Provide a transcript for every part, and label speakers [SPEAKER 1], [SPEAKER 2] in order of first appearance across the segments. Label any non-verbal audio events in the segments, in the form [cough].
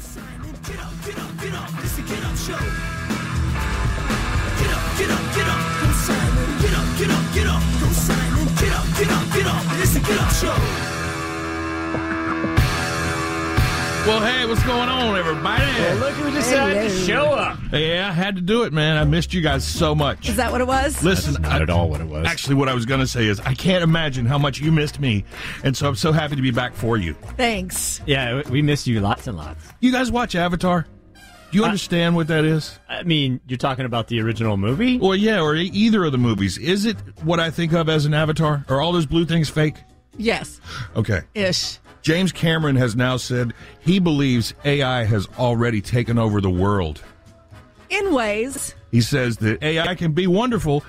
[SPEAKER 1] Get up, get up, get up. This is get up show. Get up, get up, get up. Go Simon. Get up, get up, get up. Go Simon. Get up, get up, get up. This is get up show.
[SPEAKER 2] Well, hey, what's going on, everybody?
[SPEAKER 3] Look who decided to show up.
[SPEAKER 2] Yeah, I had to do it, man. I missed you guys so much.
[SPEAKER 4] Is that what it was?
[SPEAKER 2] Listen,
[SPEAKER 3] Not
[SPEAKER 2] I,
[SPEAKER 3] at all what it was.
[SPEAKER 2] actually, what I was going to say is I can't imagine how much you missed me, and so I'm so happy to be back for you.
[SPEAKER 4] Thanks.
[SPEAKER 5] Yeah, we missed you lots and lots.
[SPEAKER 2] You guys watch Avatar? Do you understand what that is?
[SPEAKER 5] I mean, you're talking about the original movie?
[SPEAKER 2] Or yeah, or e- either of the movies. Is it what I think of as an Avatar? Are all those blue things fake?
[SPEAKER 4] Yes.
[SPEAKER 2] Okay.
[SPEAKER 4] Ish.
[SPEAKER 2] James Cameron has now said he believes AI has already taken over the world.
[SPEAKER 4] In ways.
[SPEAKER 2] He says that AI can be wonderful,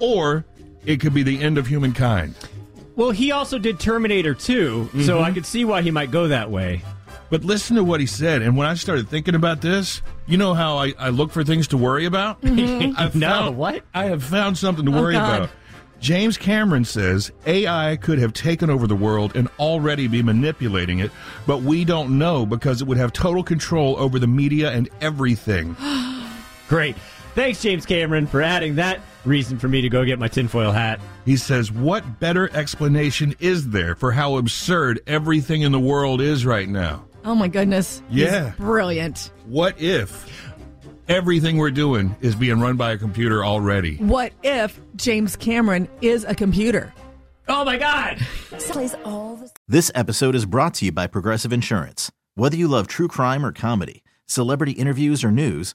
[SPEAKER 2] or it could be the end of humankind.
[SPEAKER 5] Well, he also did Terminator 2, so I could see why he might go that way.
[SPEAKER 2] But listen to what he said. And when I started thinking about this, you know how I, I look for things to worry about? Mm-hmm. I
[SPEAKER 5] [laughs] No,
[SPEAKER 2] found-
[SPEAKER 5] what? Oh,
[SPEAKER 2] I have found something to worry
[SPEAKER 4] God.
[SPEAKER 2] about. James Cameron says AI could have taken over the world and already be manipulating it, but we don't know because it would have total control over the media and
[SPEAKER 5] [gasps]
[SPEAKER 2] everything.
[SPEAKER 5] Great. Thanks, James Cameron, for adding that reason for me to go get my tinfoil hat.
[SPEAKER 2] He says, What better explanation is there for how absurd everything in the world is right now?
[SPEAKER 4] Oh my goodness.
[SPEAKER 2] Yeah.
[SPEAKER 4] He's brilliant.
[SPEAKER 2] What if everything we're doing is being run by a computer already?
[SPEAKER 4] What if James Cameron is a computer?
[SPEAKER 5] Oh my God!
[SPEAKER 6] plays all the
[SPEAKER 7] This episode is brought to you by Progressive Insurance. Whether you love true crime or comedy, celebrity interviews or news,